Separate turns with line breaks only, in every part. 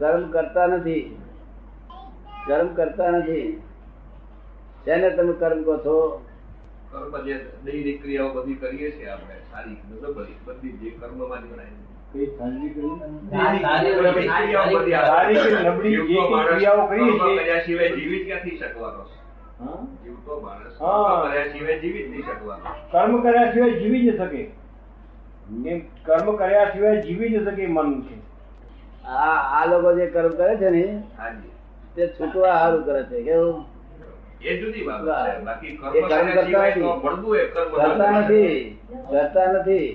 કર્મ કરતા નથી કર્મ કરતા નથી શેને તમે કર્મ કહો છો
કર્મ જે દૈનિક ક્રિયાઓ બધી કરીએ છીએ આપણે સારી મતલબ બધી બધી જે કર્મમાં જ ગણાય
કઈ સારી કરી
દૈનિક ક્રિયાઓ બધી આપણે-
સારી કે નબળી જે
જીવતો
કઈ
માણસ
ક્રિયાઓ કરીએ
કર્મ
છીએ.
કર્યા સિવાય જીવી જ ક્યાંથી શકવાનો છે?
હા?
જીવતો માણસ
હા.
કર્મ કર્યા સિવાય જીવી જ નહીં શકવાનો
કર્મ કર્યા સિવાય જીવી જ શકે એમ કર્મ કર્યા સિવાય જીવી જ શકે મન છે
આ આ લોકો જે કર્મ કરે છે ને
હાજી
તે છૂટવા સારું કરે છે કેવું
એ જુદી બાબત છે બાકી કર્મ
એ કર્મ
કર્યા
કરતા
સિવાય તો
નથી.
ભળવું એ કર્મ ના
કરતા
ગણાય.
નથી કરતા નથી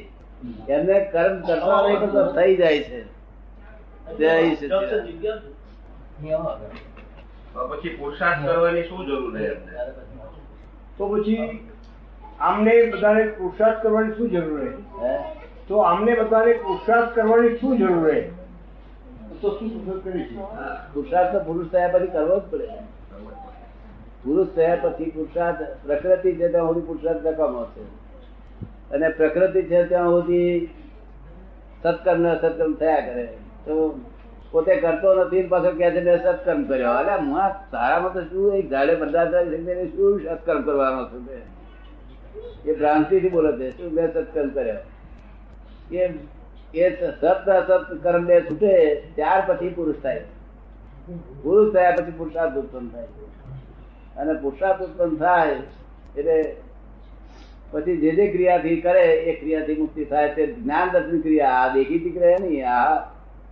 એમને કર્મ કરતા નહીં પણ તો થઈ જાય છે જય શ્રી કૃષ્ણ.
તો પછી પુરુષાર્થ કરવાની શું જરૂર છે એમને
તો પછી આમને બધાને પુરુષાર્થ કરવાની શું જરૂર રહે
હે?
તો આમને બધાને પુરુષાર્થ કરવાની શું જરૂર રહે તો શું પુરુષાર્થ કરે છે
હા.
પુરુષાર્થ તો પુરુષ થયા પછી કરવો જ પડે પુરુષ થયા પછી પુરુષાર્થ પ્રકૃતિ છે ત્યાં સુધી પુરુષાર્થ નકામો છે અને પ્રકૃતિ છે ત્યાં સુધી સત્કર્મ ને અસત્કર્મ થયા કરે તો પોતે કરતો નથી ને પાછો કહે છે મેં સત્કર્મ કર્યો અરે હું આ તારામાં તો શું એક ઝાડે બધા થાય છે તેને શું સત્કર્મ કરવાનો છું તે એ ભ્રાંતિથી બોલે છે શું મેં સત્કર્મ કર્યો એ એ સત અસત કર્મ બે છૂટે ત્યાર પછી પુરુષ થાય પુરુષ થયા પછી પુરુષાર્થ ઉત્પન્ન થાય અને પુરુષાર્થ ઉત્પન્ન થાય એટલે પછી જે જે ક્રિયાથી કરે એ ક્રિયાથી મુક્તિ થાય તે જ્ઞાન દર્શન ક્રિયા આ દેખીતી ક્રિયા નહીં આ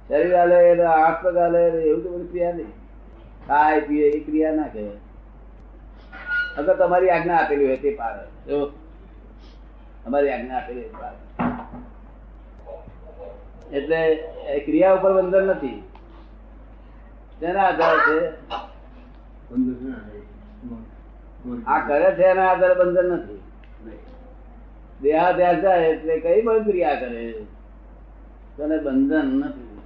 શરીર હાલે એટલે આંખ પગ હાલે એટલે એવું તો બધી ક્રિયા નહીં ખાય પીએ એ ક્રિયા ના કહેવાય અગર તમારી આજ્ઞા આપેલી હોય તે પાડે જો અમારી આજ્ઞા આપેલી હોય તે પાડે એટલે એ ક્રિયા ઉપર બંધન નથી તેના આધારે છે આ કરે છે એના આધારે બંધન નથી દેહાધ્યાસ જાય એટલે કઈ પણ ક્રિયા કરે તને બંધન નથી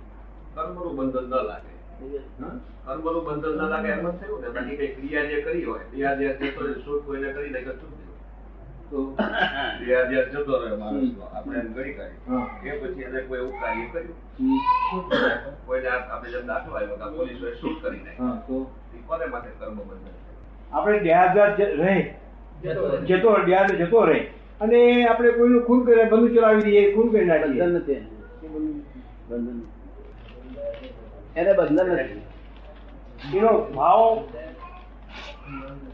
કર્મનું બંધન ન લાગે કર્મનું બંધન ન લાગે એમ જ થયું ને બાકી કઈ ક્રિયા જે કરી હોય દેહાદ્યાસ જતો રહે, સુખ હોય એને કરી નાખ્યો, છૂટી ગયું. દેહાદ્યાસ જતો રહ્યો માણસનો, આપણે એમ કરી કાઢ્યું. એ પછી એને કોઈ એવું કાર્ય કર્યું કોઈને આ- આપણે જેમ દાખલો આવ્યો કે આ પોલીસોએ શૂટ કરી નાખ્યું. એ કોને માટે કર્મ બંધન
આપણે દેહાદાર રહે જતો દેહાદ જતો રહે અને આપણે કોઈનું ખૂન કરે બંધુ ચલાવી દઈએ ખૂન કરી નાખીએ
બંધન નથી એને. બંધન નથી. એને બંધન નથી
એનો ભાવ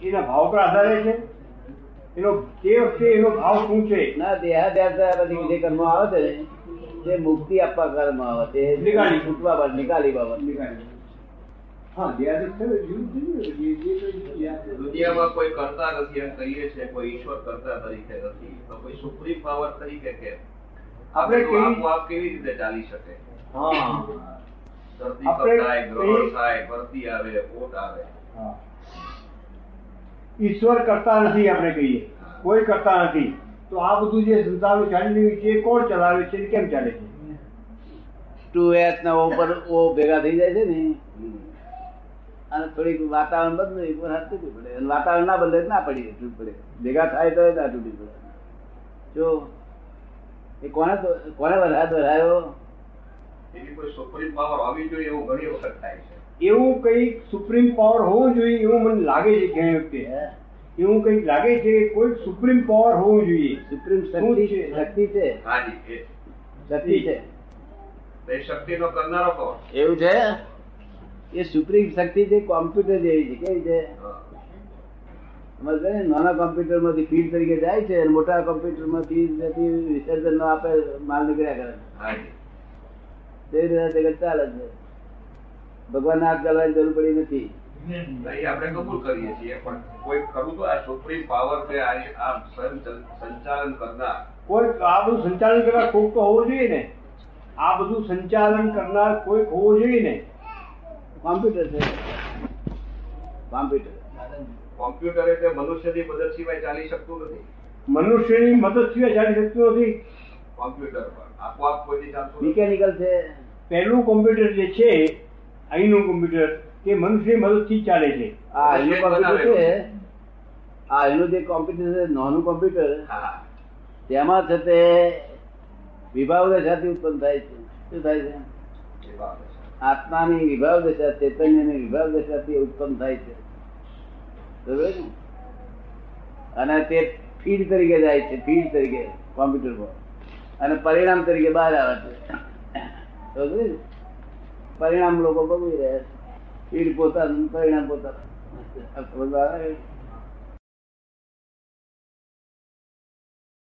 એના ભાવ પર આધારે છે એનો તે વખતે એનો ભાવ શું છે
ના દેહાધ્યાસ જાય પછી જે કર્મ આવે છે ને, તે મુક્તિ આપવા કર્મ આવે છે
નિકાલી.
છૂટવા બાબત નિકાલી બાબત
હા દેહાદાર છે ને, એવું જ છે ને, જે- જે કોઈ દેહાદાર-
દુનિયામાં કોઈ કરતા નથી એમ કહીએ છે કોઈ ઈશ્વર કરતા તરીકે નથી તો કોઈ સુપ્રીમ પાવર તરીકે કેમ
આપણે
આપણે
કેવી-
આપોઆપ કેવી રીતે ચાલી શકે
હા
ધરતી
આપણે
કપાય, ગ્રહણ
એ-
થાય ભરતી આવે ઓટ આવે
હા. ઈશ્વર કરતા નથી આપણે કહીએ કોઈ કરતા નથી તો આ બધું જે સંસારો ચાલી રહ્યું છે એ કોણ ચલાવે છે ને કેમ ચાલે છે
ટુ એચ ના ઓ પર ઓ ભેગા થઈ જાય છે ને
હમ.
અને થોડીક વાતાવરણ બદલે એક વખત તૂટી પડે અને વાતાવરણ ના બદલે તો ના પડી તૂટી પડે ભેગા થાય તો ના તૂટી પડે જો એ કોને તો- કોને વરસાદ વરાયો
એવી કોઈ સુપ્રીમ પાવર હોવી જોઈએ એવું ઘણી વખત થાય છે
એવું કંઈક સુપ્રીમ પાવર હોવું જોઈએ એવું મને લાગે છે ઘણી વખતે એવું કંઈક લાગે છે કે કોઈક સુપ્રીમ પાવર હોવું જોઈએ
સુપ્રીમ
શું
શક્તિ
છે?
શક્તિ છે
હાજી એ
શક્તિ છે
તો એ શક્તિનો કરનારો કોણ
એવું છે એ સુપ્રીમ શક્તિ છે કોમ્પ્યુટર જેવી છે કેવી છે
હા.
અમારે છે ને નાના કોમ્પ્યુટર માંથી ફીડ તરીકે જાય છે અને મોટા કોમ્પ્યુટર માંથી જતી વિસર્જન નો આપે માલ નીકળ્યા કરે છે
હાજી
તેવી રીતે જગત ચાલે છે ભગવાન હાથ ચાલવાની જરૂર પડી નથી
તો એ આપણે કબૂલ કરીએ છીએ પણ કોઈ ખરું તો આ સુપ્રીમ પાવર કે આ આ સંચ- સંચાલન કરનાર
કોઈક આ બધું સંચાલન કરનાર કોઈક તો હોવો જોઈએ ને આ બધું સંચાલન કરનાર કોઈક હોવો જોઈએ ને
કોમ્પ્યુટર છે કોમ્પ્યુટર
કોમ્પ્યુટર એટલે મનુષ્યની મદદ સિવાય ચાલી શકતું નથી
મનુષ્યની મદદ સિવાય ચાલી શકતું નથી
કોમ્પ્યુટર પર આપોઆપ કોઈથી ચાલતું નથી
મિકેનિકલ છે
પહેલું કોમ્પ્યુટર જે છે અહીંનું કોમ્પ્યુટર તે મનુષ્યની મદદથી જ ચાલે છે
આ અહીંનું કોમ્પ્યુટર છે આ અહીંનું જે કોમ્પ્યુટર છે નાનું કોમ્પ્યુટર
હા
તેમાં છે તે વિભાવના સાથે ઉત્પન્ન થાય છે શું થાય છે
એ બાબત છે
આત્માની વિભાવ દશા ચૈતન્યની વિભાવ દશાથી ઉત્પન્ન થાય છે બરોબર છે? અને તે ફીડ તરીકે જાય છે ફીડ તરીકે કોમ્પ્યુટર પર અને પરિણામ તરીકે બહાર આવે છે બરોબર છે? પરિણામ લોકો ભોગવી રહ્યા છે ફીડ પોતાનું પરિણામ પોતાનું આ સમજમાં આવે?